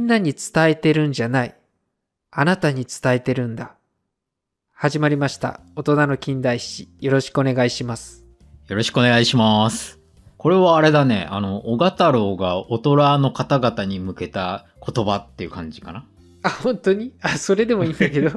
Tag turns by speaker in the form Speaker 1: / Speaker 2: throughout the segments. Speaker 1: なに伝えてるんじゃない。あなたに伝えてるんだ。始まりました。大人の近代史。よろしくお願いします。
Speaker 2: よろしくお願いします。これはあれだね、あの、小太郎が大人の方々に向けた言葉っていう感じかな。
Speaker 1: あ、本当にあ、それでもいいんだけ ど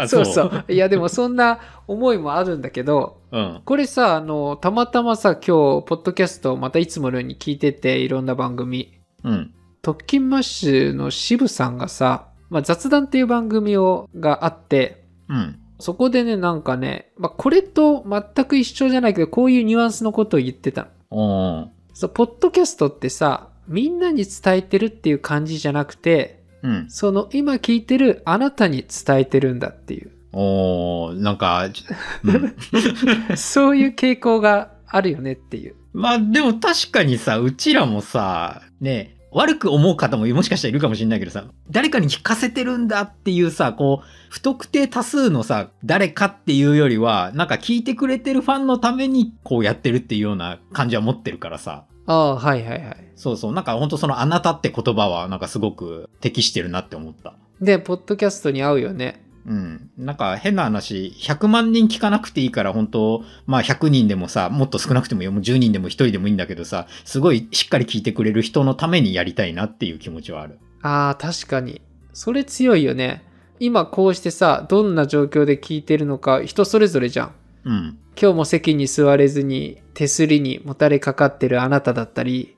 Speaker 2: あ。
Speaker 1: そ
Speaker 2: そう
Speaker 1: うそう。いや、でもそんな思いもあるんだけど、
Speaker 2: うん。
Speaker 1: これさ、あの、たまたまさ、今日、ポッドキャストをまたいつものように聞いてて、いろんな番組。
Speaker 2: うん。
Speaker 1: 特勤マッシュの渋さんがさ、まあ、雑談っていう番組をがあって、
Speaker 2: うん。
Speaker 1: そこでね、なんかね、まあ、これと全く一緒じゃないけど、こういうニュアンスのことを言ってたの。
Speaker 2: おー
Speaker 1: そう、ポッドキャストってさ、みんなに伝えてるっていう感じじゃなくて、
Speaker 2: うん。
Speaker 1: その今聞いてるあなたに伝えてるんだっていう、
Speaker 2: おーなんか、ちょうん、
Speaker 1: そういう傾向があるよねっていう。
Speaker 2: まあでも確かにさ、うちらもさ、ね、悪く思う方ももしかしたらいるかもしれないけどさ、誰かに聞かせてるんだっていうさ、こう、不特定多数のさ、誰かっていうよりは、なんか聞いてくれてるファンのためにこうやってるっていうような感じは持ってるからさ。
Speaker 1: ああ、はいはいはい。
Speaker 2: そうそう。なんか本当そのあなたって言葉はなんかすごく適してるなって思った。
Speaker 1: で、ポッドキャストに合うよね。
Speaker 2: うん。なんか変な話、100万人聞かなくていいから本当まあ100人でもさ、もっと少なくてもいいよもう10人でも1人でもいいんだけどさ、すごいしっかり聞いてくれる人のためにやりたいなっていう気持ちはある。
Speaker 1: ああ、確かに。それ強いよね。今こうしてさ、どんな状況で聞いてるのか人それぞれじゃん。
Speaker 2: うん。
Speaker 1: 今日も席に座れずに手すりにもたれかかってるあなただったり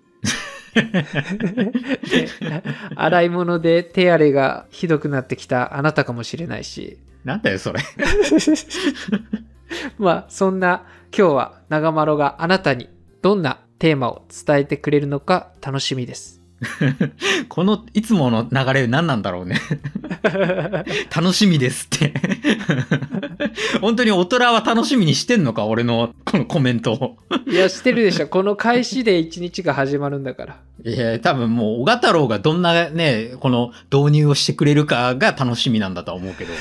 Speaker 1: で洗い物で手荒れがひどくなってきたあなたかもしれないし
Speaker 2: なんだよそれ。
Speaker 1: まあそんな今日は長丸があなたにどんなテーマを伝えてくれるのか楽しみです
Speaker 2: このいつもの流れ何なんだろうね。 楽しみですって。 本当に大人は楽しみにしてんのか俺のこのコメントを。
Speaker 1: いやしてるでしょこの開始で一日が始まるんだから
Speaker 2: いや、多分もう、小賀太郎がどんなね、この導入をしてくれるかが楽しみなんだとは思うけど。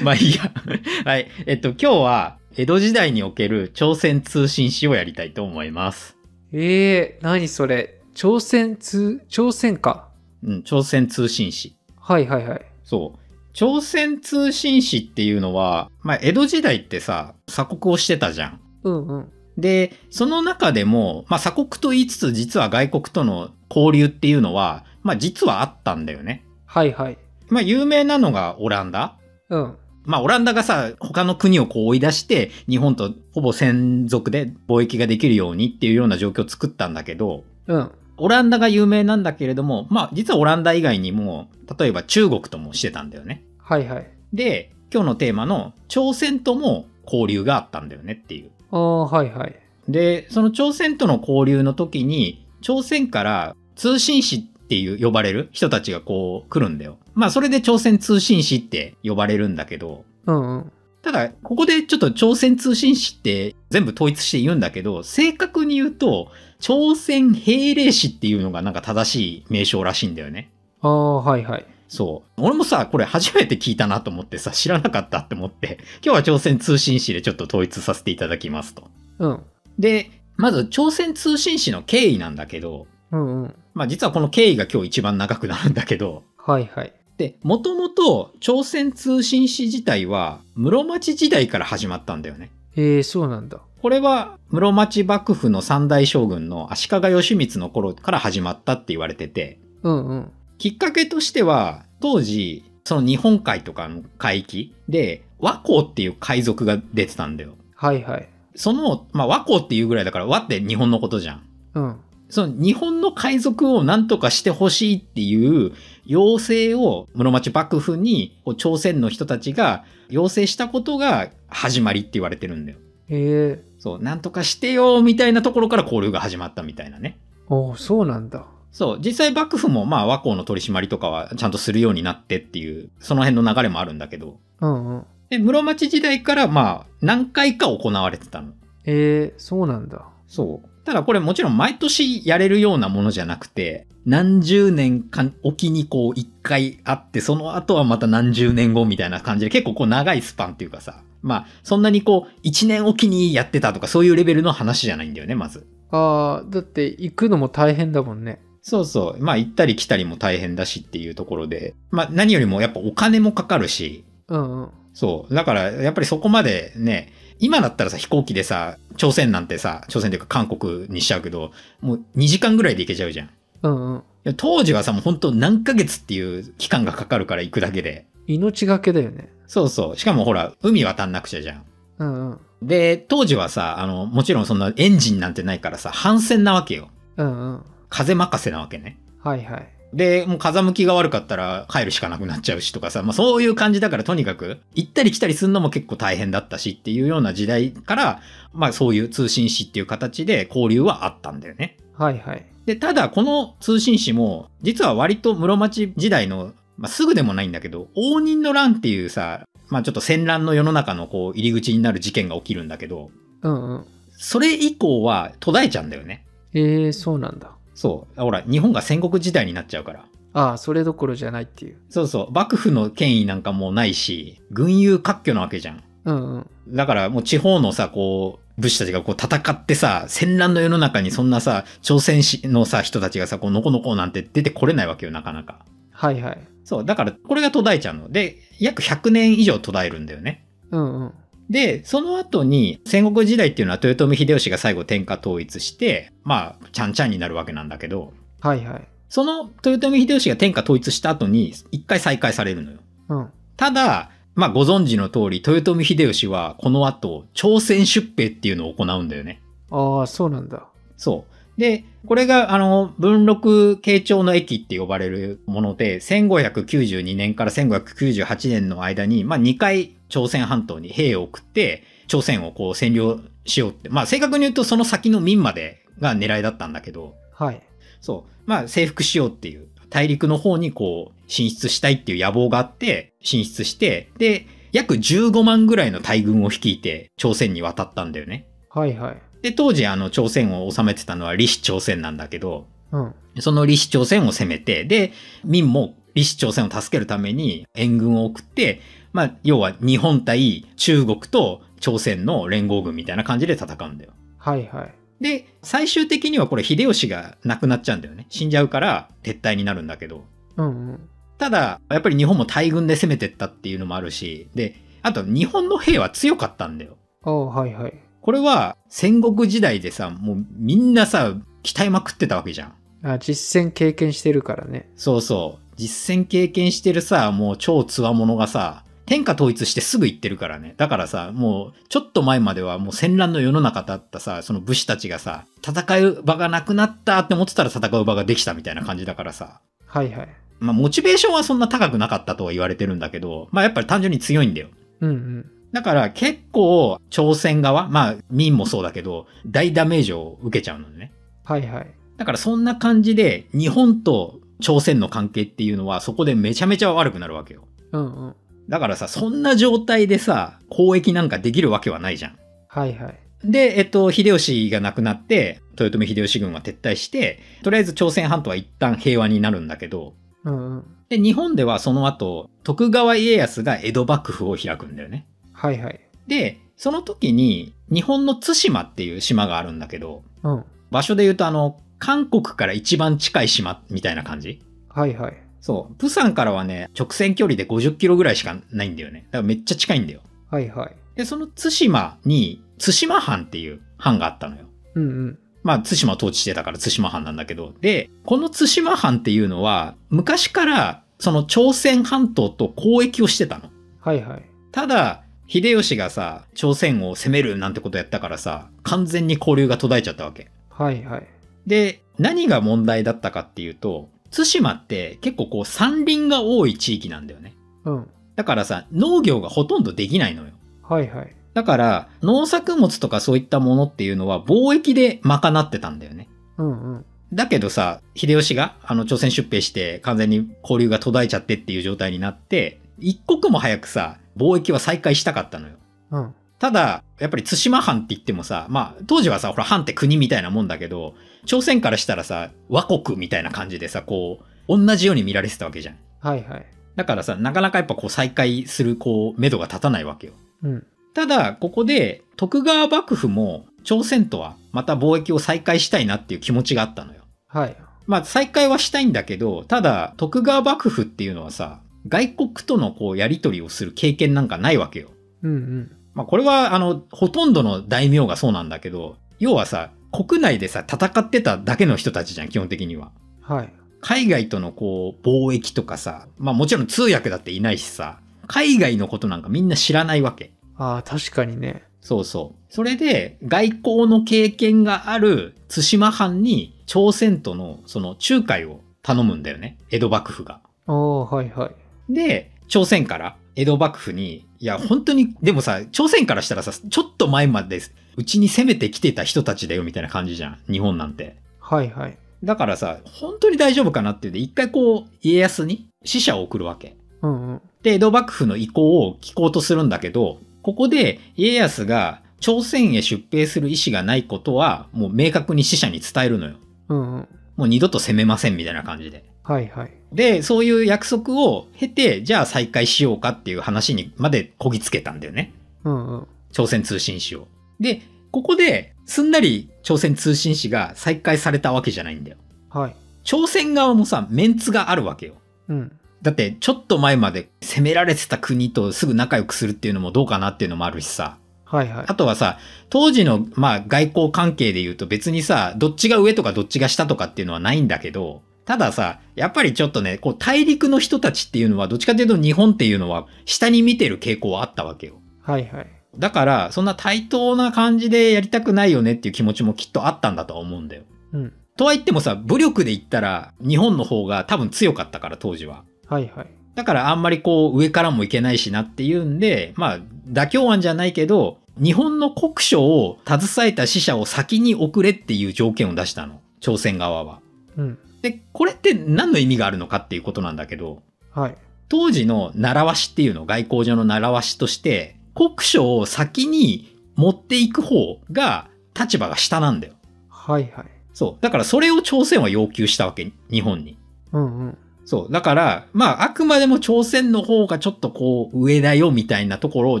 Speaker 2: まあいいや。 はい。えっと、今日は、江戸時代における朝鮮通信史をやりたいと思います。
Speaker 1: えー、何それ朝鮮通朝鮮か
Speaker 2: うん、朝鮮通信史。
Speaker 1: はいはいはい
Speaker 2: そう。朝鮮通信史っていうのは、まあ、江戸時代ってさ、鎖国をしてたじゃん。
Speaker 1: うんうん
Speaker 2: で、その中でも、まあ、鎖国と言いつつ、実は外国との交流っていうのは、まあ、実はあったんだよね。
Speaker 1: はいはい
Speaker 2: まあ、有名なのがオランダ。
Speaker 1: うん。
Speaker 2: まあ、オランダがさ、他の国をこう追い出して、日本とほぼ専属で貿易ができるようにっていうような状況を作ったんだけど、
Speaker 1: うん。
Speaker 2: オランダが有名なんだけれども、まあ、実はオランダ以外にも、例えば中国ともしてたんだよね。
Speaker 1: はいはい。
Speaker 2: で、今日のテーマの朝鮮とも交流があったんだよねっていう。
Speaker 1: ああ、はいはい。
Speaker 2: で、その朝鮮との交流の時に、朝鮮から通信使っていう呼ばれる人たちがこう来るんだよ。まあ、それで朝鮮通信使って呼ばれるんだけど、
Speaker 1: うんうん。
Speaker 2: ただ、ここでちょっと朝鮮通信使って全部統一して言うんだけど、正確に言うと、朝鮮兵令使っていうのがなんか正しい名称らしいんだよね。
Speaker 1: ああ、はいはい。
Speaker 2: そう。俺もさ、これ初めて聞いたなと思ってさ、知らなかったって思って、今日は朝鮮通信使でちょっと統一させていただきますと。
Speaker 1: うん。
Speaker 2: で、まず朝鮮通信使の経緯なんだけど、
Speaker 1: うんうん。
Speaker 2: まあ実はこの経緯が今日一番長くなるんだけど、
Speaker 1: はいはい。
Speaker 2: で、もともと朝鮮通信使自体は室町時代から始まったんだよね。
Speaker 1: ええー、そうなんだ。
Speaker 2: これは室町幕府の三大将軍の足利義満の頃から始まったって言われてて、
Speaker 1: うんうん。
Speaker 2: きっかけとしては、当時、その日本海とかの海域で、和光っていう海賊が出てたんだよ。
Speaker 1: はいはい。
Speaker 2: その、まあ和光っていうぐらいだから和って日本のことじゃん。
Speaker 1: うん。
Speaker 2: その日本の海賊を何とかしてほしいっていう要請を室町幕府にこう朝鮮の人たちが要請したことが始まりって言われてるんだよ。
Speaker 1: ええ
Speaker 2: そう、なんとかしてよ、みたいなところから交流が始まったみたいなね。
Speaker 1: おお、そうなんだ。
Speaker 2: そう、実際幕府もまあ和光の取り締まりとかはちゃんとするようになってっていう、その辺の流れもあるんだけど。
Speaker 1: うんうん。
Speaker 2: で、室町時代からまあ何回か行われてたの。
Speaker 1: ええそうなんだ。
Speaker 2: そう。ただこれもちろん毎年やれるようなものじゃなくて、何十年間おきにこう一回あって、その後はまた何十年後みたいな感じで結構こう長いスパンっていうかさ、まあそんなにこう一年おきにやってたとかそういうレベルの話じゃないんだよね、まず。
Speaker 1: ああ、だって行くのも大変だもんね。
Speaker 2: そうそう。まあ行ったり来たりも大変だしっていうところで、まあ何よりもやっぱお金もかかるし、
Speaker 1: うんうん。
Speaker 2: そう。だからやっぱりそこまでね、今だったらさ飛行機でさ、朝鮮なんてさ、朝鮮というか韓国にしちゃうけど、もう2時間ぐらいで行けちゃうじゃん。い
Speaker 1: うんうん。
Speaker 2: や当時はさ、もう本当何ヶ月っていう期間がかかるから行くだけで。
Speaker 1: 命がけだよね。
Speaker 2: そうそう。しかもほら、海渡んなくちゃじゃん。
Speaker 1: うんうん。
Speaker 2: で、当時はさ、あの、もちろんそんなエンジンなんてないからさ、帆船なわけよ。
Speaker 1: うんうん。
Speaker 2: 風任せなわけね。
Speaker 1: はいはい。
Speaker 2: で、もう風向きが悪かったら帰るしかなくなっちゃうしとかさ、まあそういう感じだからとにかく行ったり来たりするのも結構大変だったしっていうような時代から、まあそういう通信誌っていう形で交流はあったんだよね。
Speaker 1: はいはい。
Speaker 2: で、ただこの通信誌も実は割と室町時代の、まあすぐでもないんだけど、応仁の乱っていうさ、まあちょっと戦乱の世の中のこう入り口になる事件が起きるんだけど、
Speaker 1: うんうん。
Speaker 2: それ以降は途絶えちゃうんだよね。
Speaker 1: えー、そうなんだ。
Speaker 2: そう。ほら、日本が戦国時代になっちゃうから。
Speaker 1: ああ、それどころじゃないっていう。
Speaker 2: そうそう。幕府の権威なんかもうないし、軍友割拠なわけじゃん。
Speaker 1: うんうん。
Speaker 2: だからもう地方のさ、こう、武士たちがこう戦ってさ、戦乱の世の中にそんなさ、朝鮮史のさ、人たちがさ、こう、のこのこなんて出てこれないわけよ、なかなか。
Speaker 1: はいはい。
Speaker 2: そう。だから、これが途絶えちゃうの。で、約100年以上途絶えるんだよね。
Speaker 1: うんうん。
Speaker 2: で、その後に、戦国時代っていうのは豊臣秀吉が最後天下統一して、まあ、ちゃんちゃんになるわけなんだけど、
Speaker 1: はいはい。
Speaker 2: その豊臣秀吉が天下統一した後に一回再開されるのよ。
Speaker 1: うん。
Speaker 2: ただ、まあご存知の通り、豊臣秀吉はこの後、朝鮮出兵っていうのを行うんだよね。
Speaker 1: ああ、そうなんだ。
Speaker 2: そう。で、これが、あの、文禄慶長の駅って呼ばれるもので、1592年から1598年の間に、まあ2回朝鮮半島に兵を送って、朝鮮をこう占領しようって、まあ正確に言うとその先の民までが狙いだったんだけど、
Speaker 1: はい。
Speaker 2: そう。まあ、征服しようっていう、大陸の方にこう、進出したいっていう野望があって、進出して、で、約15万ぐらいの大軍を率いて、朝鮮に渡ったんだよね。
Speaker 1: はいはい。
Speaker 2: で、当時、あの、朝鮮を治めてたのは李氏朝鮮なんだけど、
Speaker 1: うん。
Speaker 2: その李氏朝鮮を攻めて、で、民も李氏朝鮮を助けるために援軍を送って、まあ、要は日本対中国と朝鮮の連合軍みたいな感じで戦うんだよ。
Speaker 1: はいはい。
Speaker 2: で、最終的にはこれ秀吉が亡くなっちゃうんだよね。死んじゃうから撤退になるんだけど。
Speaker 1: うんうん。
Speaker 2: ただ、やっぱり日本も大軍で攻めてったっていうのもあるし、で、あと日本の兵は強かったんだよ。
Speaker 1: ああ、はいはい。
Speaker 2: これは戦国時代でさ、もうみんなさ、鍛えまくってたわけじゃん。
Speaker 1: あ実践経験してるからね。
Speaker 2: そうそう。実戦経験してるさ、もう超強者がさ、天下統一してすぐ行ってるからね。だからさ、もうちょっと前まではもう戦乱の世の中だったさ、その武士たちがさ、戦う場がなくなったって思ってたら戦う場ができたみたいな感じだからさ。
Speaker 1: はいはい。
Speaker 2: まあモチベーションはそんな高くなかったとは言われてるんだけど、まあやっぱり単純に強いんだよ。
Speaker 1: うんうん。
Speaker 2: だから結構朝鮮側、まあ民もそうだけど、大ダメージを受けちゃうのね。
Speaker 1: はいはい。
Speaker 2: だからそんな感じで日本と朝鮮の関係っていうのはそこでめちゃめちゃ悪くなるわけよ。
Speaker 1: うんうん。
Speaker 2: だからさ、そんな状態でさ、交易なんかできるわけはないじゃん。
Speaker 1: はいはい。
Speaker 2: で、えっと、秀吉が亡くなって、豊臣秀吉軍は撤退して、とりあえず朝鮮半島は一旦平和になるんだけど、
Speaker 1: うんうん。
Speaker 2: で、日本ではその後、徳川家康が江戸幕府を開くんだよね。
Speaker 1: はいはい。
Speaker 2: で、その時に日本の対馬っていう島があるんだけど、
Speaker 1: うん。
Speaker 2: 場所で言うとあの、韓国から一番近い島みたいな感じ
Speaker 1: はいはい。
Speaker 2: そう。プサンからはね、直線距離で50キロぐらいしかないんだよね。だからめっちゃ近いんだよ。
Speaker 1: はいはい。
Speaker 2: で、その対馬に、対馬藩っていう藩があったのよ。
Speaker 1: うんうん。
Speaker 2: まあ、対馬を統治してたから対馬藩なんだけど。で、この対馬藩っていうのは、昔から、その朝鮮半島と交易をしてたの。
Speaker 1: はいはい。
Speaker 2: ただ、秀吉がさ、朝鮮を攻めるなんてことやったからさ、完全に交流が途絶えちゃったわけ。
Speaker 1: はいはい。
Speaker 2: で、何が問題だったかっていうと、対馬って結構こう山林が多い地域なんだよね。
Speaker 1: うん。
Speaker 2: だからさ、農業がほとんどできないのよ。
Speaker 1: はいはい。
Speaker 2: だから、農作物とかそういったものっていうのは貿易で賄ってたんだよね。
Speaker 1: うんうん。
Speaker 2: だけどさ、秀吉が、あの、朝鮮出兵して完全に交流が途絶えちゃってっていう状態になって、一刻も早くさ、貿易は再開したかったのよ。
Speaker 1: うん。
Speaker 2: ただ、やっぱり対馬藩って言ってもさ、まあ、当時はさ、ほら、藩って国みたいなもんだけど、朝鮮からしたらさ、和国みたいな感じでさ、こう、同じように見られてたわけじゃん。
Speaker 1: はいはい。
Speaker 2: だからさ、なかなかやっぱこう、再開する、こう、目処が立たないわけよ。
Speaker 1: うん。
Speaker 2: ただ、ここで、徳川幕府も、朝鮮とは、また貿易を再開したいなっていう気持ちがあったのよ。
Speaker 1: はい。
Speaker 2: まあ再開はしたいんだけど、ただ徳川幕府っていうのはさ、外国とのこうやり取りをする経験なんかないわけよ。
Speaker 1: うんうん。
Speaker 2: まあこれはあの、ほとんどの大名がそうなんだけど、要はさ、国内でさ、戦ってただけの人たちじゃん、基本的には。
Speaker 1: はい。
Speaker 2: 海外とのこう、貿易とかさ、まあもちろん通訳だっていないしさ、海外のことなんかみんな知らないわけ。
Speaker 1: ああ、確かにね。
Speaker 2: そうそう。それで、外交の経験がある対馬藩に朝鮮とのその仲介を頼むんだよね。江戸幕府が。
Speaker 1: ああ、はいはい。
Speaker 2: で、朝鮮から江戸幕府に、いや、本当に、でもさ、朝鮮からしたらさ、ちょっと前まで、うちに攻めてきてた人たちだよ、みたいな感じじゃん。日本なんて。
Speaker 1: はいはい。
Speaker 2: だからさ、本当に大丈夫かなっていうんで、一回こう、家康に死者を送るわけ。
Speaker 1: うんうん。
Speaker 2: で、江戸幕府の意向を聞こうとするんだけど、ここで家康が朝鮮へ出兵する意思がないことは、もう明確に死者に伝えるのよ。
Speaker 1: うんうん。
Speaker 2: もう二度と攻めませんみたいな感じで。
Speaker 1: はいはい。
Speaker 2: で、そういう約束を経て、じゃあ再開しようかっていう話にまでこぎつけたんだよね。
Speaker 1: うんうん。
Speaker 2: 朝鮮通信使を。で、ここで、すんなり朝鮮通信使が再開されたわけじゃないんだよ。
Speaker 1: はい。
Speaker 2: 朝鮮側もさ、メンツがあるわけよ。
Speaker 1: うん。
Speaker 2: だって、ちょっと前まで攻められてた国とすぐ仲良くするっていうのもどうかなっていうのもあるしさ。
Speaker 1: はいはい
Speaker 2: あ。とはさ、当時の、まあ、外交関係で言うと別にさ、どっちが上とかどっちが下とかっていうのはないんだけど、たださ、やっぱりちょっとね、こう、大陸の人たちっていうのは、どっちかというと日本っていうのは、下に見てる傾向はあったわけよ。
Speaker 1: はいはい。
Speaker 2: だから、そんな対等な感じでやりたくないよねっていう気持ちもきっとあったんだとは思うんだよ。
Speaker 1: うん。
Speaker 2: とは言ってもさ、武力で言ったら、日本の方が多分強かったから、当時は。
Speaker 1: はいはい。
Speaker 2: だからあんまりこう上からもいけないしなっていうんで、まあ妥協案じゃないけど、日本の国書を携えた死者を先に送れっていう条件を出したの。朝鮮側は。
Speaker 1: うん。
Speaker 2: で、これって何の意味があるのかっていうことなんだけど、
Speaker 1: はい。
Speaker 2: 当時の習わしっていうの、外交上の習わしとして、国書を先に持っていく方が立場が下なんだよ。
Speaker 1: はいはい。
Speaker 2: そう。だからそれを朝鮮は要求したわけ、日本に。
Speaker 1: うんうん。
Speaker 2: そう。だから、まあ、あくまでも朝鮮の方がちょっとこう、上だよみたいなところを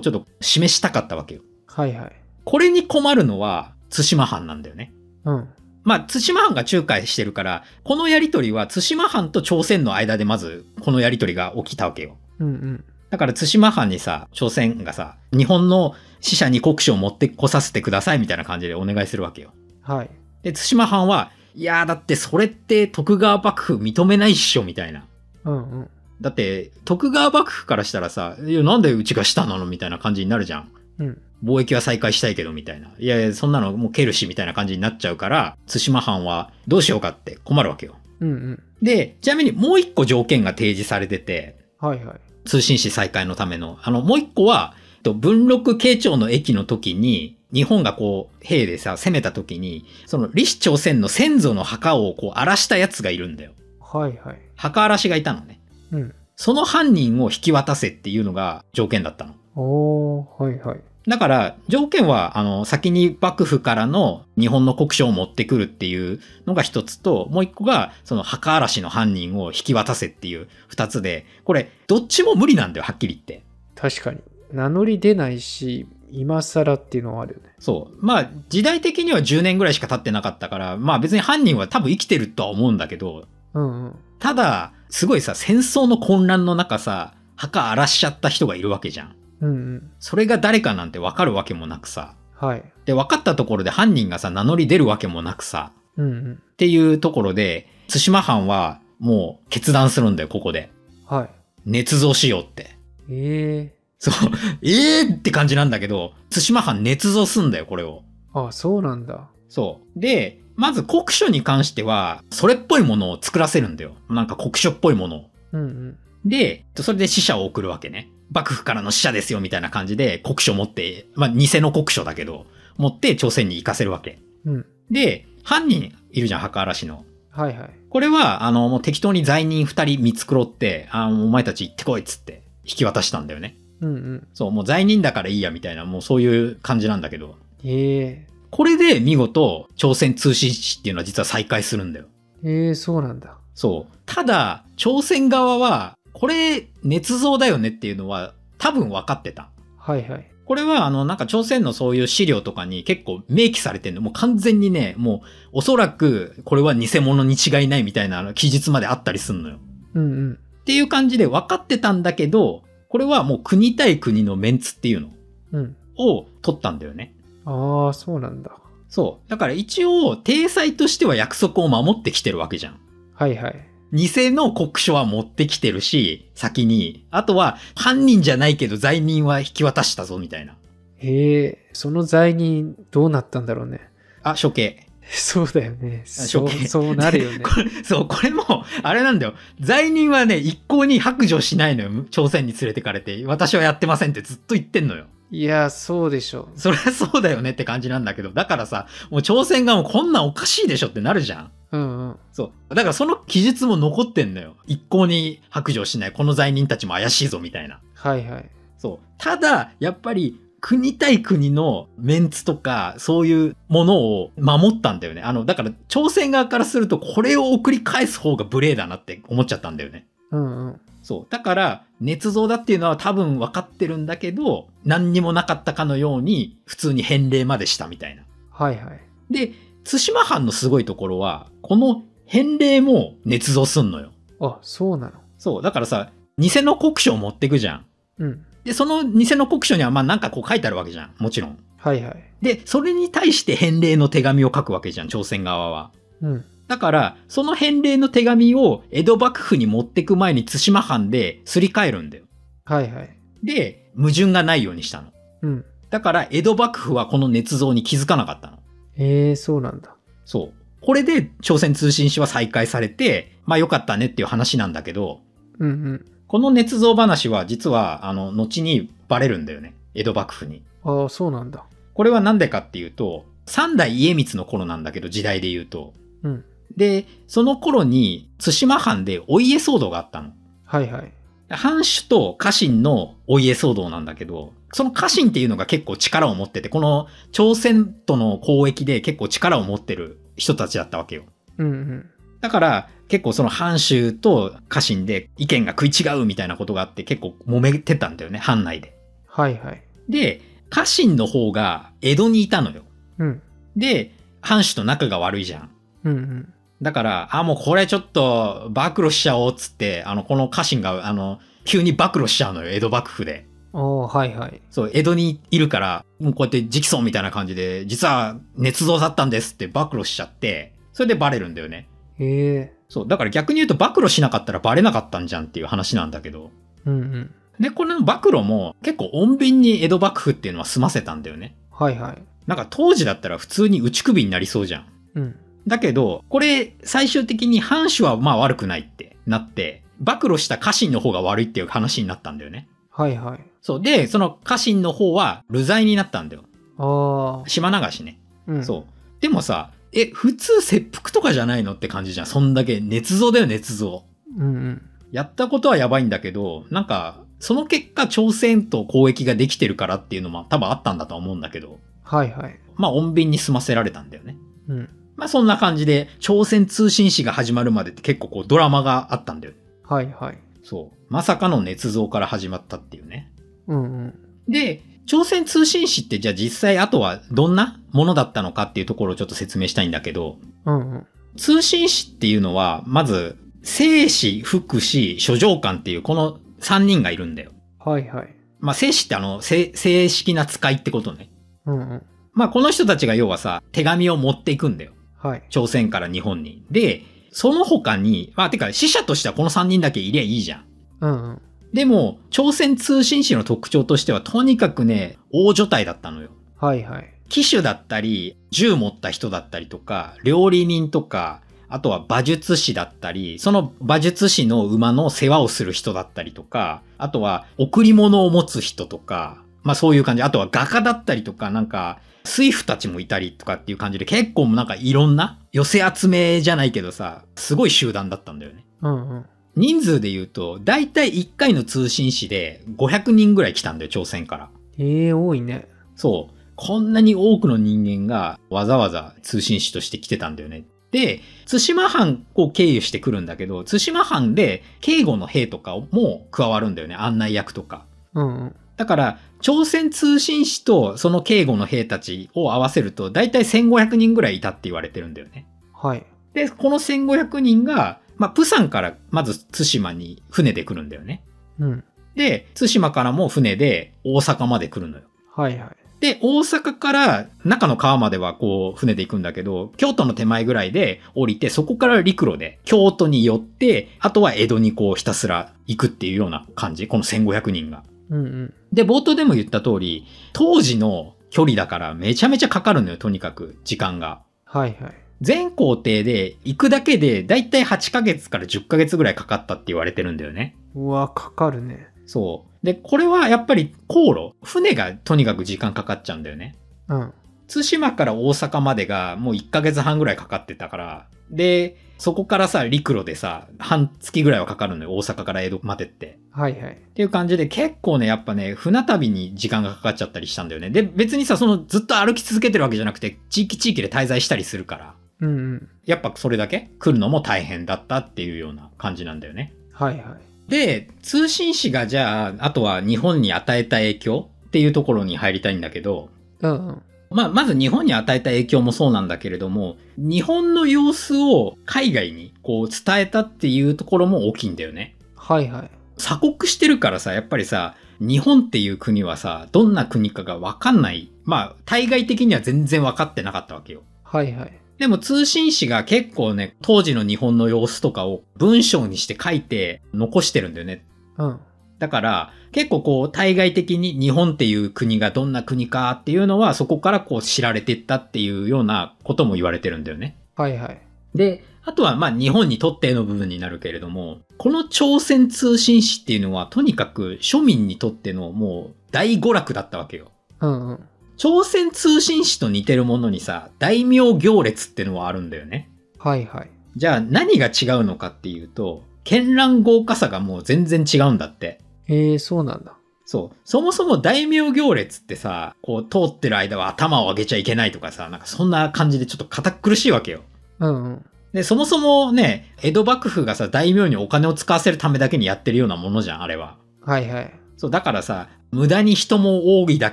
Speaker 2: ちょっと示したかったわけよ。
Speaker 1: はいはい。
Speaker 2: これに困るのは、対馬藩なんだよね。
Speaker 1: うん。
Speaker 2: まあ、対馬藩が仲介してるから、このやりとりは対馬藩と朝鮮の間でまず、このやりとりが起きたわけよ。
Speaker 1: うんうん。
Speaker 2: だから対馬藩にさ、朝鮮がさ、日本の使者に国書を持ってこさせてくださいみたいな感じでお願いするわけよ。
Speaker 1: はい。
Speaker 2: で、対馬藩は、いやーだってそれって徳川幕府認めないっしょみたいな。
Speaker 1: うんうん。
Speaker 2: だって、徳川幕府からしたらさ、いや、なんでうちが下なのみたいな感じになるじゃん。
Speaker 1: うん。
Speaker 2: 貿易は再開したいけど、みたいな。いやいや、そんなのもう蹴るし、みたいな感じになっちゃうから、対馬藩はどうしようかって困るわけよ。
Speaker 1: うんうん。
Speaker 2: で、ちなみにもう一個条件が提示されてて、
Speaker 1: はいはい。
Speaker 2: 通信使再開のための、あの、もう一個は、えっと文禄慶長の駅の時に、日本がこう、兵でさ、攻めた時に、その、李氏朝鮮の先祖の墓をこう、荒らした奴がいるんだよ。
Speaker 1: はいはい。
Speaker 2: 墓荒らしがいたのね。
Speaker 1: うん。
Speaker 2: その犯人を引き渡せっていうのが条件だったの。
Speaker 1: おー、はいはい。
Speaker 2: だから、条件は、あの、先に幕府からの日本の国書を持ってくるっていうのが一つと、もう一個が、その墓嵐の犯人を引き渡せっていう二つで、これ、どっちも無理なんだよ、はっきり言って。
Speaker 1: 確かに。名乗り出ないし、今更っていうのはあるよね。
Speaker 2: そう。まあ、時代的には10年ぐらいしか経ってなかったから、まあ別に犯人は多分生きてるとは思うんだけど、
Speaker 1: うんうん。
Speaker 2: ただ、すごいさ、戦争の混乱の中さ、墓荒らしちゃった人がいるわけじゃん。
Speaker 1: うんうん。
Speaker 2: それが誰かなんてわかるわけもなくさ。
Speaker 1: はい。
Speaker 2: で、分かったところで犯人がさ、名乗り出るわけもなくさ、
Speaker 1: うんうん。
Speaker 2: っていうところで、対馬藩はもう決断するんだよ、ここで。
Speaker 1: はい。
Speaker 2: 捏造しようって。
Speaker 1: え
Speaker 2: そう、 えーって感じなんだけど、対馬藩捏造すんだよ、これを。
Speaker 1: ー。あ、そうなんだ。
Speaker 2: そう。で、まず国書に関しては、それっぽいものを作らせるんだよ。なんか国書っぽいものを。
Speaker 1: うんうん。
Speaker 2: で、それで死者を送るわけね。幕府からの死者ですよ、みたいな感じで、国書持って、まあ、偽の国書だけど、持って朝鮮に行かせるわけ。
Speaker 1: うん。
Speaker 2: で、犯人いるじゃん、墓嵐の。
Speaker 1: はいはい。
Speaker 2: これは、あの、もう適当に罪人二人見繕って、あの、お前たち行ってこいっつって、引き渡したんだよね。
Speaker 1: うんうん。
Speaker 2: そう、もう罪人だからいいや、みたいな、もうそういう感じなんだけど。
Speaker 1: え
Speaker 2: これで、見事、朝鮮通信使っていうのは実は再開するんだよ。
Speaker 1: ー。えー、そうなんだ。
Speaker 2: そう。ただ、朝鮮側は、これ、捏造だよねっていうのは、多分分かってた。
Speaker 1: はいはい。
Speaker 2: これは、あの、なんか朝鮮のそういう資料とかに結構明記されてるの。もう完全にね、もう、おそらく、これは偽物に違いないみたいなあの記述まであったりすんのよ。
Speaker 1: うんうん。
Speaker 2: っていう感じで分かってたんだけど、これはもう国対国のメンツっていうの
Speaker 1: うん。
Speaker 2: を取ったんだよね。
Speaker 1: ああ、そうなんだ。
Speaker 2: そう。だから一応、体裁としては約束を守ってきてるわけじゃん。
Speaker 1: はいはい。
Speaker 2: 偽の国書は持ってきてるし、先に。あとは、犯人じゃないけど罪人は引き渡したぞ、みたいな。
Speaker 1: へえ、その罪人どうなったんだろうね。
Speaker 2: あ、処刑。
Speaker 1: そうだよね。そう、
Speaker 2: 処刑
Speaker 1: そうなるよね。
Speaker 2: これ、そう、これも、あれなんだよ。罪人はね、一向に白状しないのよ。朝鮮に連れてかれて。私はやってませんってずっと言ってんのよ。
Speaker 1: いや、そうでしょ
Speaker 2: そりゃそうだよねって感じなんだけど。だからさ、もう朝鮮がもうこんなんおかしいでしょってなるじゃん。
Speaker 1: う。うんうん。
Speaker 2: そう。だからその記述も残ってんのよ。一向に白状しない。この罪人たちも怪しいぞ、みたいな。
Speaker 1: はいはい。
Speaker 2: そう。ただ、やっぱり、国対国のメンツとか、そういうものを守ったんだよね。あの、だから、朝鮮側からすると、これを送り返す方が無礼だなって思っちゃったんだよね。
Speaker 1: うんうん。
Speaker 2: そう。だから、捏造だっていうのは多分分かってるんだけど、何にもなかったかのように、普通に返礼までしたみたいな。
Speaker 1: はいはい。
Speaker 2: で、対馬藩のすごいところは、この返礼も捏造すんのよ。
Speaker 1: あ、そうなの。
Speaker 2: そう。だからさ、偽の国書を持ってくじゃん。
Speaker 1: うん。
Speaker 2: で、その偽の国書にはまあなんかこう書いてあるわけじゃん。もちろん。
Speaker 1: はいはい。
Speaker 2: で、それに対して返礼の手紙を書くわけじゃん、朝鮮側は。
Speaker 1: うん。
Speaker 2: だから、その返礼の手紙を江戸幕府に持ってく前に対馬藩ですり替えるんだよ。
Speaker 1: はいはい。
Speaker 2: で、矛盾がないようにしたの。
Speaker 1: うん。
Speaker 2: だから、江戸幕府はこの捏造に気づかなかったの。
Speaker 1: ええ、そうなんだ。
Speaker 2: そう。これで朝鮮通信使は再開されて、まあよかったねっていう話なんだけど、
Speaker 1: うんうん。
Speaker 2: この捏造話は実は、あの、後にバレるんだよね。江戸幕府に。
Speaker 1: ああ、そうなんだ。
Speaker 2: これは何でかっていうと、三代家光の頃なんだけど、時代で言うと。
Speaker 1: うん。
Speaker 2: で、その頃に、対馬藩でお家騒動があったの。
Speaker 1: はいはい。
Speaker 2: 藩主と家臣のお家騒動なんだけど、その家臣っていうのが結構力を持ってて、この朝鮮との交易で結構力を持ってる人たちだったわけよ。
Speaker 1: うんうん。
Speaker 2: だから、結構その藩主と家臣で意見が食い違うみたいなことがあって結構揉めてたんだよね、藩内で。
Speaker 1: はいはい。
Speaker 2: で、家臣の方が江戸にいたのよ。
Speaker 1: うん。
Speaker 2: で、藩主と仲が悪いじゃん。
Speaker 1: うんうん。
Speaker 2: だから、あ、もうこれちょっと暴露しちゃおうっつって、あの、この家臣が、あの、急に暴露しちゃうのよ、江戸幕府で。
Speaker 1: ああ、はいはい。
Speaker 2: そう、江戸にいるから、もうこうやって直訴みたいな感じで、実は捏造だったんですって暴露しちゃって、それでバレるんだよね。
Speaker 1: ええ。
Speaker 2: そう、だから逆に言うと暴露しなかったらバレなかったんじゃんっていう話なんだけど。
Speaker 1: うんうん。
Speaker 2: で、この暴露も結構穏便に江戸幕府っていうのは済ませたんだよね。
Speaker 1: はいはい。
Speaker 2: なんか当時だったら普通に打ち首になりそうじゃん。
Speaker 1: うん。
Speaker 2: だけど、これ、最終的に藩主はまあ悪くないってなって、暴露した家臣の方が悪いっていう話になったんだよね。
Speaker 1: はいはい。
Speaker 2: そう。で、その家臣の方は、流罪になったんだよ。
Speaker 1: ああ。
Speaker 2: 島流しね。
Speaker 1: うん。
Speaker 2: そう。でもさ、え、普通切腹とかじゃないのって感じじゃん。そんだけ、捏造だよ、捏造。
Speaker 1: う。うんうん。
Speaker 2: やったことはやばいんだけど、なんか、その結果、朝鮮と交易ができてるからっていうのも多分あったんだとは思うんだけど、
Speaker 1: はいはい。
Speaker 2: まあ、穏便に済ませられたんだよね。
Speaker 1: うん。
Speaker 2: まあそんな感じで、朝鮮通信使が始まるまでって結構こうドラマがあったんだよ。
Speaker 1: はいはい。
Speaker 2: そう。まさかの捏造から始まったっていうね。
Speaker 1: うんうん。
Speaker 2: で、朝鮮通信使ってじゃあ実際あとはどんなものだったのかっていうところをちょっと説明したいんだけど、
Speaker 1: うんうん。
Speaker 2: 通信使っていうのは、まず、正使、副使、諸上官っていうこの3人がいるんだよ。
Speaker 1: はいはい。
Speaker 2: まあ正使ってあの、正正式な使いってことね。
Speaker 1: うんうん。
Speaker 2: まあこの人たちが要はさ、手紙を持っていくんだよ。
Speaker 1: はい。
Speaker 2: 朝鮮から日本に。で、その他に、まあ、てか、死者としてはこの3人だけいりゃいいじゃん。
Speaker 1: うんうん。
Speaker 2: でも、朝鮮通信使の特徴としては、とにかくね、大所帯だったのよ。
Speaker 1: はいはい。
Speaker 2: 騎手だったり、銃持った人だったりとか、料理人とか、あとは馬術師だったり、その馬術師の馬の世話をする人だったりとか、あとは贈り物を持つ人とか、まあそういう感じ。あとは画家だったりとか、なんか、水夫たちもいたりとかっていう感じで、結構なんかいろんな寄せ集めじゃないけどさ、すごい集団だったんだよね。
Speaker 1: うんうん。
Speaker 2: 人数で言うと、だいたい1回の通信誌で500人ぐらい来たんだよ、朝鮮から。
Speaker 1: ええ、多いね。
Speaker 2: そう。こんなに多くの人間がわざわざ通信使として来てたんだよね。で、対馬藩を経由してくるんだけど、対馬藩で警護の兵とかも加わるんだよね。案内役とか。
Speaker 1: うんうん。
Speaker 2: だから、朝鮮通信使とその警護の兵たちを合わせると、だいたい1500人ぐらいいたって言われてるんだよね。
Speaker 1: はい。
Speaker 2: で、この1500人が、まあ、プサンからまず対馬に船で来るんだよね。
Speaker 1: うん。
Speaker 2: で、対馬からも船で大阪まで来るのよ。
Speaker 1: はいはい。
Speaker 2: で、大阪から中の川まではこう船で行くんだけど、京都の手前ぐらいで降りて、そこから陸路で京都に寄って、あとは江戸にこうひたすら行くっていうような感じ、この1500人が。
Speaker 1: うんうん。
Speaker 2: で、冒頭でも言った通り、当時の距離だからめちゃめちゃかかるのよ、とにかく時間が。
Speaker 1: はいはい。
Speaker 2: 全行程で行くだけでだいたい8ヶ月から10ヶ月ぐらいかかったって言われてるんだよね。
Speaker 1: うわ、かかるね。
Speaker 2: そう。で、これはやっぱり航路、船がとにかく時間かかっちゃうんだよね。
Speaker 1: うん。
Speaker 2: 対馬から大阪までがもう1ヶ月半ぐらいかかってたから、で、そこからさ、陸路でさ、半月ぐらいはかかるのよ、大阪から江戸までって。
Speaker 1: はいはい。
Speaker 2: っていう感じで結構ね、やっぱね、船旅に時間がかかっちゃったりしたんだよね。で、別にさ、そのずっと歩き続けてるわけじゃなくて、地域地域で滞在したりするから、
Speaker 1: うんうん。
Speaker 2: やっぱそれだけ来るのも大変だったっていうような感じなんだよね。
Speaker 1: はいはい。
Speaker 2: で、通信使がじゃあ、あとは日本に与えた影響っていうところに入りたいんだけど、
Speaker 1: うんうん。
Speaker 2: まあ、まず日本に与えた影響もそうなんだけれども、日本の様子を海外にこう伝えたっていうところも大きいんだよね。
Speaker 1: はいはい。
Speaker 2: 鎖国してるからさ、やっぱりさ、日本っていう国はさ、どんな国かがわかんない。まあ、対外的には全然わかってなかったわけよ。
Speaker 1: はいはい。
Speaker 2: でも通信使が結構ね、当時の日本の様子とかを文章にして書いて残してるんだよね。
Speaker 1: うん。
Speaker 2: だから、結構こう、対外的に日本っていう国がどんな国かっていうのは、そこからこう知られていったっていうようなことも言われてるんだよね。
Speaker 1: はいはい。
Speaker 2: で、あとはまあ日本にとっての部分になるけれども、この朝鮮通信使っていうのはとにかく庶民にとってのもう大娯楽だったわけよ。
Speaker 1: うんうん。
Speaker 2: 朝鮮通信使と似てるものにさ、大名行列ってのはあるんだよね。
Speaker 1: はいはい。
Speaker 2: じゃあ何が違うのかっていうと、絢爛豪華さがもう全然違うんだって。
Speaker 1: ええー、そうなんだ。
Speaker 2: そう。そもそも大名行列ってさ、こう通ってる間は頭を上げちゃいけないとかさ、なんかそんな感じでちょっと堅苦しいわけよ。
Speaker 1: うんうん。
Speaker 2: で、そもそもね、江戸幕府がさ、大名にお金を使わせるためだけにやってるようなものじゃん、あれは。
Speaker 1: はいはい。
Speaker 2: そう、だからさ、無駄に人も多いだ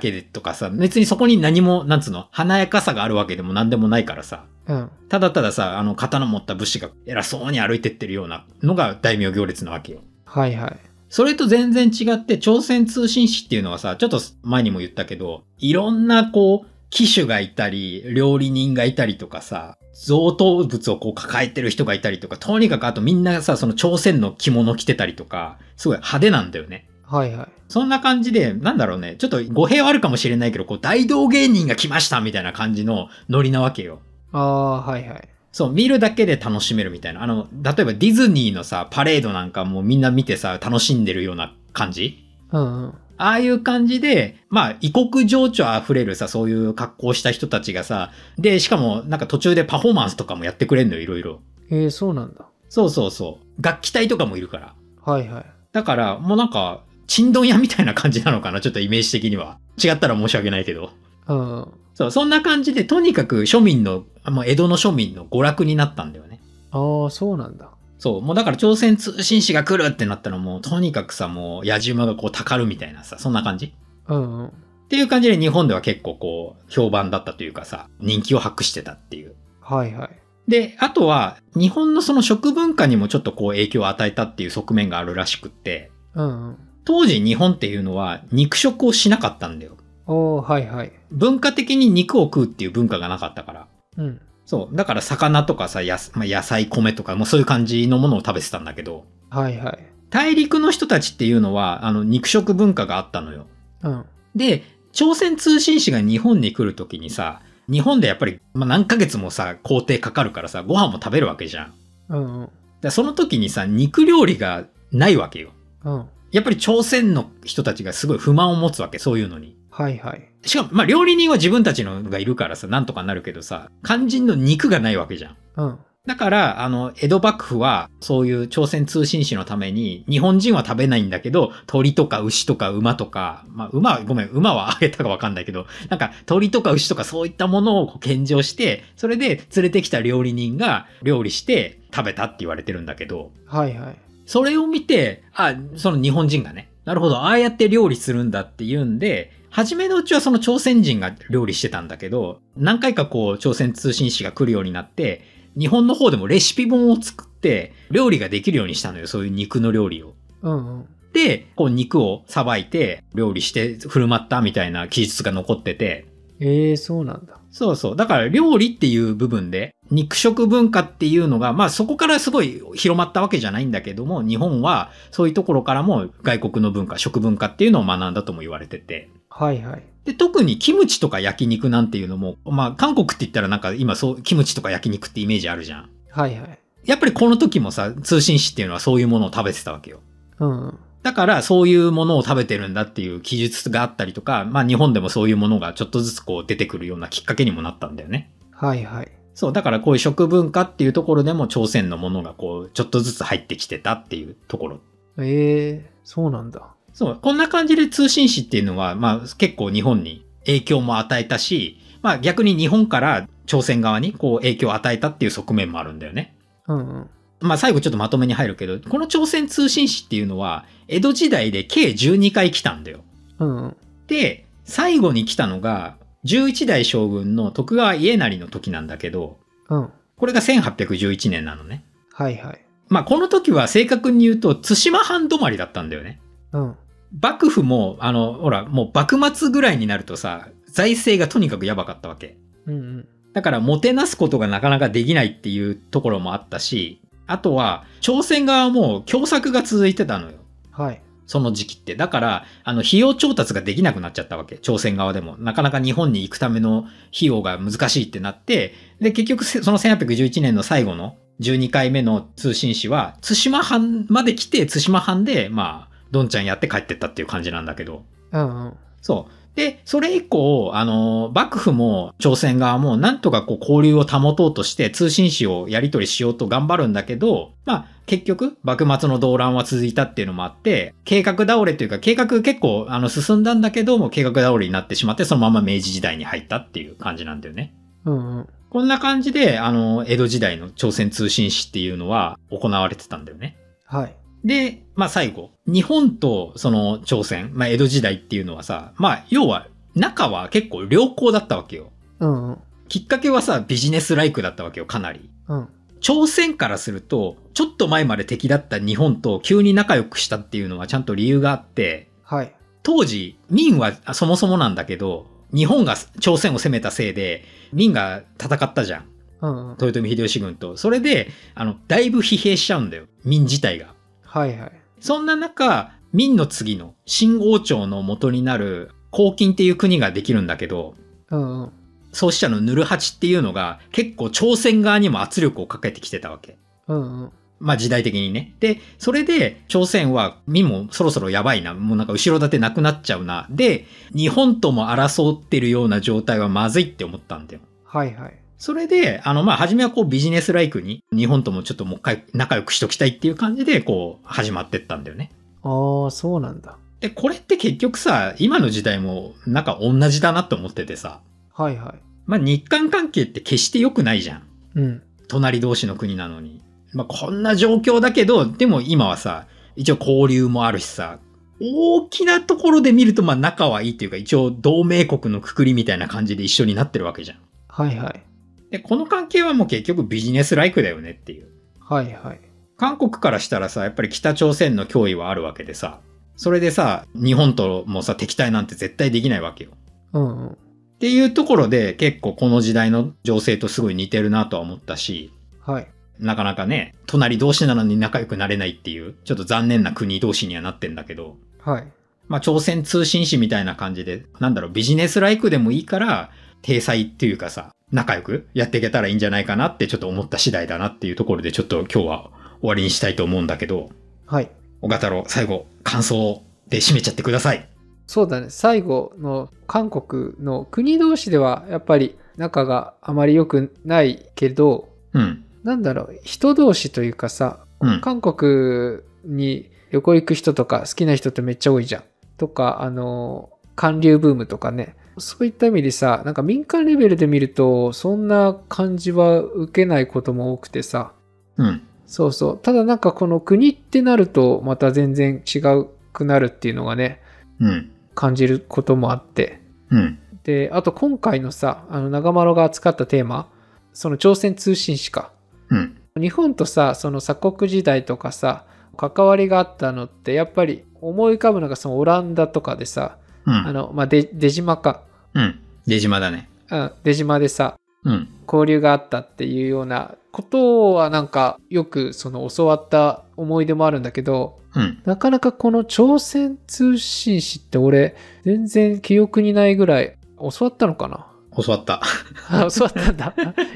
Speaker 2: けでとかさ、別にそこに何も、なんつうの、華やかさがあるわけでも何でもないからさ、
Speaker 1: うん。
Speaker 2: ただたださ、あの、刀持った武士が偉そうに歩いてってるようなのが大名行列なわけよ。
Speaker 1: はいはい。
Speaker 2: それと全然違って、朝鮮通信使っていうのはさ、ちょっと前にも言ったけど、いろんなこう、機種がいたり、料理人がいたりとかさ、贈答物をこう抱えてる人がいたりとか、とにかくあとみんなさ、その朝鮮の着物着てたりとか、すごい派手なんだよね。
Speaker 1: はいはい。
Speaker 2: そんな感じで、なんだろうね、ちょっと語弊はあるかもしれないけど、こう大道芸人が来ましたみたいな感じのノリなわけよ。
Speaker 1: ああ、はいはい。
Speaker 2: そう、見るだけで楽しめるみたいな。あの、例えばディズニーのさ、パレードなんかもみんな見てさ、楽しんでるような感じ
Speaker 1: うんうん。
Speaker 2: ああいう感じで、まあ、異国情緒あふれるさ、そういう格好した人たちがさ、で、しかも、なんか途中でパフォーマンスとかもやってくれんのよ、いろいろ。
Speaker 1: ええー、そうなんだ。
Speaker 2: そうそうそう。楽器隊とかもいるから。
Speaker 1: はいはい。
Speaker 2: だから、もうなんか、チンドン屋みたいな感じなのかな、ちょっとイメージ的には。違ったら申し訳ないけど。
Speaker 1: うんうん。
Speaker 2: そう、そんな感じで、とにかく庶民の、あもう江戸の庶民の娯楽になったんだよね。
Speaker 1: ああ、そうなんだ。
Speaker 2: そう、もうだから朝鮮通信使が来るってなったらもう、とにかくさ、もう、矢島がこう、たかるみたいなさ、そんな感じ
Speaker 1: うんうん。
Speaker 2: っていう感じで日本では結構こう、評判だったというかさ、人気を博してたっていう。
Speaker 1: はいはい。
Speaker 2: で、あとは、日本のその食文化にもちょっとこう影響を与えたっていう側面があるらしくって、
Speaker 1: うんうん。
Speaker 2: 当時日本っていうのは肉食をしなかったんだよ。
Speaker 1: おー、はいはい。
Speaker 2: 文化的に肉を食うっていう文化がなかったから。
Speaker 1: うん。
Speaker 2: そう。だから魚とかさ、やすまあ野菜、米とか、もうそういう感じのものを食べてたんだけど、
Speaker 1: はいはい。
Speaker 2: 大陸の人たちっていうのは、あの、肉食文化があったのよ。
Speaker 1: うん。
Speaker 2: で、朝鮮通信使が日本に来るときにさ、日本でやっぱり、まあ、何ヶ月もさ、工程かかるからさ、ご飯も食べるわけじゃん。
Speaker 1: うんうん。
Speaker 2: でその時にさ、肉料理がないわけよ。
Speaker 1: うん。
Speaker 2: やっぱり朝鮮の人たちがすごい不満を持つわけ、そういうのに。
Speaker 1: はいはい。
Speaker 2: しかも、まあ、料理人は自分たちのがいるからさ、なんとかなるけどさ、肝心の肉がないわけじゃん。
Speaker 1: うん。
Speaker 2: だから、あの、江戸幕府は、そういう朝鮮通信使のために、日本人は食べないんだけど、鳥とか牛とか馬とか、まあ、馬は、ごめん、馬はあげたかわかんないけど、なんか、鳥とか牛とかそういったものをこう献上して、それで連れてきた料理人が料理して食べたって言われてるんだけど、
Speaker 1: はいはい。
Speaker 2: それを見て、あ、その日本人がね、なるほど、ああやって料理するんだって言うんで、初めのうちはその朝鮮人が料理してたんだけど、何回かこう朝鮮通信使が来るようになって、日本の方でもレシピ本を作って、料理ができるようにしたのよ、そういう肉の料理を。
Speaker 1: うんうん。
Speaker 2: で、こう肉をさばいて、料理して振る舞ったみたいな記述が残ってて、
Speaker 1: ええそうなんだ。
Speaker 2: そうそう。だから料理っていう部分で、肉食文化っていうのが、まあそこからすごい広まったわけじゃないんだけども、日本はそういうところからも外国の文化、食文化っていうのを学んだとも言われてて。
Speaker 1: はいはい。
Speaker 2: で、特にキムチとか焼肉なんていうのも、まあ韓国って言ったらなんか今そう、キムチとか焼肉ってイメージあるじゃん。
Speaker 1: はいはい。
Speaker 2: やっぱりこの時もさ、通信使っていうのはそういうものを食べてたわけよ。
Speaker 1: うんうん。
Speaker 2: だからそういうものを食べてるんだっていう記述があったりとか、まあ日本でもそういうものがちょっとずつこう出てくるようなきっかけにもなったんだよね。
Speaker 1: はいはい。
Speaker 2: そう、だからこういう食文化っていうところでも朝鮮のものがこう、ちょっとずつ入ってきてたっていうところ。
Speaker 1: ええそうなんだ。
Speaker 2: そう、こんな感じで通信使っていうのは、まあ結構日本に影響も与えたし、まあ逆に日本から朝鮮側にこう影響を与えたっていう側面もあるんだよね。
Speaker 1: うんうん。
Speaker 2: まあ最後ちょっとまとめに入るけど、この朝鮮通信使っていうのは、江戸時代で計12回来たんだよ。
Speaker 1: うんうん。
Speaker 2: で、最後に来たのが、11代将軍の徳川家成の時なんだけど、
Speaker 1: うん。
Speaker 2: これが1811年なのね。
Speaker 1: はいはい。
Speaker 2: まあ、この時は正確に言うと、対馬藩止まりだったんだよね。
Speaker 1: うん。
Speaker 2: 幕府も、あの、ほら、もう幕末ぐらいになるとさ、財政がとにかくやばかったわけ。
Speaker 1: うんうん。
Speaker 2: だから、もてなすことがなかなかできないっていうところもあったし、あとは、朝鮮側も共作が続いてたのよ。
Speaker 1: はい。
Speaker 2: その時期って。だから、あの、費用調達ができなくなっちゃったわけ。朝鮮側でも。なかなか日本に行くための費用が難しいってなって、で、結局せ、その1811年の最後の12回目の通信使は、対馬藩まで来て、対馬藩で、まあ、どんちゃんやって帰ってったっていう感じなんだけど。
Speaker 1: うんうん。
Speaker 2: そう。で、それ以降、あの、幕府も朝鮮側もなんとかこう交流を保とうとして通信使をやり取りしようと頑張るんだけど、まあ結局幕末の動乱は続いたっていうのもあって、計画倒れというか計画結構あの進んだんだけども計画倒れになってしまってそのまま明治時代に入ったっていう感じなんだよね。
Speaker 1: うんうん。
Speaker 2: こんな感じで、あの、江戸時代の朝鮮通信使っていうのは行われてたんだよね。
Speaker 1: はい。
Speaker 2: で、まあ最後、日本とその朝鮮、まあ江戸時代っていうのはさ、まあ要は仲は結構良好だったわけよ。
Speaker 1: うんうん。
Speaker 2: きっかけはさ、ビジネスライクだったわけよ、かなり。
Speaker 1: うん。
Speaker 2: 朝鮮からすると、ちょっと前まで敵だった日本と急に仲良くしたっていうのはちゃんと理由があって、
Speaker 1: はい。
Speaker 2: 当時、民はあそもそもなんだけど、日本が朝鮮を攻めたせいで、民が戦ったじゃん。
Speaker 1: うんうん。
Speaker 2: 豊臣秀吉軍と。それで、あの、だいぶ疲弊しちゃうんだよ、民自体が。
Speaker 1: はいはい。
Speaker 2: そんな中、明の次の新王朝の元になる黄金っていう国ができるんだけど、
Speaker 1: うんうん。
Speaker 2: 創始者のヌルハチっていうのが結構朝鮮側にも圧力をかけてきてたわけ。
Speaker 1: うんうん。
Speaker 2: まあ時代的にね。で、それで朝鮮は民もそろそろやばいな、もうなんか後ろ盾なくなっちゃうな。で、日本とも争ってるような状態はまずいって思ったんだよ。
Speaker 1: はいはい。
Speaker 2: それで、あの、まあ、初めはこうビジネスライクに、日本ともちょっともう一回仲良くしときたいっていう感じで、こう、始まってったんだよね。
Speaker 1: ああ、そうなんだ。
Speaker 2: で、これって結局さ、今の時代もなんか同じだなと思っててさ、
Speaker 1: はいはい。
Speaker 2: まあ日韓関係って決して良くないじゃん。
Speaker 1: うん。
Speaker 2: 隣同士の国なのに。まあこんな状況だけど、でも今はさ、一応交流もあるしさ、大きなところで見るとまあ仲はいいというか一応同盟国のくくりみたいな感じで一緒になってるわけじゃん。
Speaker 1: はいはい。
Speaker 2: で、この関係はもう結局ビジネスライクだよねっていう。
Speaker 1: はいはい。
Speaker 2: 韓国からしたらさ、やっぱり北朝鮮の脅威はあるわけでさ、それでさ、日本ともさ、敵対なんて絶対できないわけよ。
Speaker 1: うんうん。
Speaker 2: っていうところで結構この時代の情勢とすごい似てるなとは思ったし、
Speaker 1: はい。
Speaker 2: なかなかね、隣同士なのに仲良くなれないっていう、ちょっと残念な国同士にはなってんだけど、
Speaker 1: はい。
Speaker 2: まあ朝鮮通信使みたいな感じで、なんだろう、ビジネスライクでもいいから、体裁っていうかさ、仲良くやっていけたらいいんじゃないかなってちょっと思った次第だなっていうところでちょっと今日は終わりにしたいと思うんだけど、
Speaker 1: はい。
Speaker 2: 小太郎、最後、感想で締めちゃってください。
Speaker 1: そうだね。最後の韓国の国同士ではやっぱり仲があまり良くないけど、
Speaker 2: うん。
Speaker 1: なんだろう、人同士というかさ、
Speaker 2: うん。
Speaker 1: 韓国に旅行行く人とか好きな人ってめっちゃ多いじゃん。とか、あの、韓流ブームとかね。そういった意味でさ、なんか民間レベルで見ると、そんな感じは受けないことも多くてさ。
Speaker 2: うん。
Speaker 1: そうそう。ただなんかこの国ってなると、また全然違うくなるっていうのがね、
Speaker 2: うん。
Speaker 1: 感じることもあって。
Speaker 2: うん。
Speaker 1: で、あと今回のさ、あの長丸が扱ったテーマ、その朝鮮通信史か。
Speaker 2: うん。
Speaker 1: 日本とさ、その鎖国時代とかさ、関わりがあったのって、やっぱり思い浮かぶのがそのオランダとかでさ、
Speaker 2: う
Speaker 1: あ
Speaker 2: ん。
Speaker 1: の、まあ、出出島か。
Speaker 2: うん。出島だね。
Speaker 1: うん、出島でさ、
Speaker 2: うん。
Speaker 1: 交流があったっていうようなことはなんかよくその教わった思い出もあるんだけど
Speaker 2: うん。
Speaker 1: なかなかこの朝鮮通信史って俺全然記憶にないぐらい教わったのかな
Speaker 2: 教わった。
Speaker 1: あ教わったんだ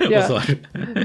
Speaker 1: いや
Speaker 2: 教わ る。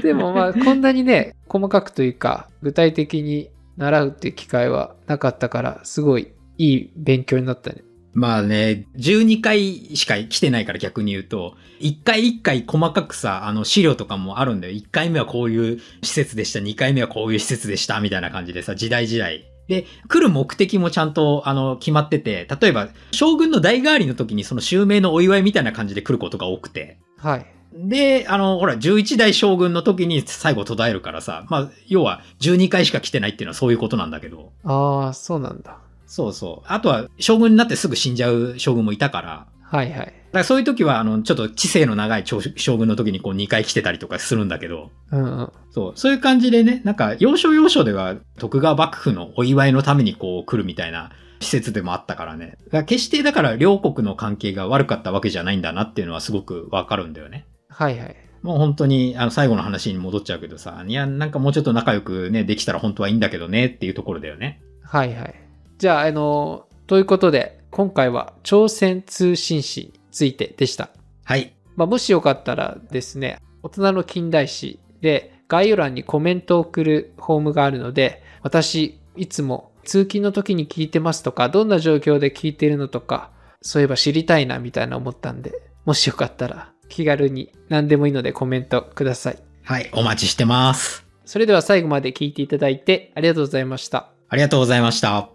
Speaker 1: でもまあこんなにね細かくというか具体的に習うっていう機会はなかったからすごいいい勉強になったね
Speaker 2: まあね、12回しか来てないから逆に言うと、1回1回細かくさ、あの資料とかもあるんだよ。1回目はこういう施設でした、2回目はこういう施設でした、みたいな感じでさ、時代時代。で、来る目的もちゃんと、あの、決まってて、例えば、将軍の代替わりの時にその襲名のお祝いみたいな感じで来ることが多くて。
Speaker 1: はい
Speaker 2: で、あの、ほら、11代将軍の時に最後途絶えるからさ、まあ、要は12回しか来てないっていうのはそういうことなんだけど。
Speaker 1: ああそうなんだ
Speaker 2: そうそう。あとは、将軍になってすぐ死んじゃう将軍もいたから、
Speaker 1: はいはい
Speaker 2: だからそういう時は、あの、ちょっと知性の長い長将軍の時にこう2回来てたりとかするんだけど、
Speaker 1: うんうん
Speaker 2: そう、そういう感じでね、なんか、要所要所では徳川幕府のお祝いのためにこう来るみたいな施設でもあったからね。だから決してだから両国の関係が悪かったわけじゃないんだなっていうのはすごくわかるんだよね。
Speaker 1: はいはい
Speaker 2: もう本当に、あの、最後の話に戻っちゃうけどさ、いや、なんかもうちょっと仲良くね、できたら本当はいいんだけどねっていうところだよね。
Speaker 1: はいはい。じゃあ、あの、ということで、今回は朝鮮通信史についてでした。
Speaker 2: はい。
Speaker 1: まあ、もしよかったらですね、大人の近代史で概要欄にコメントを送るフォームがあるので、私、いつも通勤の時に聞いてますとか、どんな状況で聞いてるのとか、そういえば知りたいなみたいな思ったんで、もしよかったら気軽に何でもいいのでコメントください。
Speaker 2: はい、お待ちしてます。
Speaker 1: それでは最後まで聞いていただいてありがとうございました。
Speaker 2: ありがとうございました。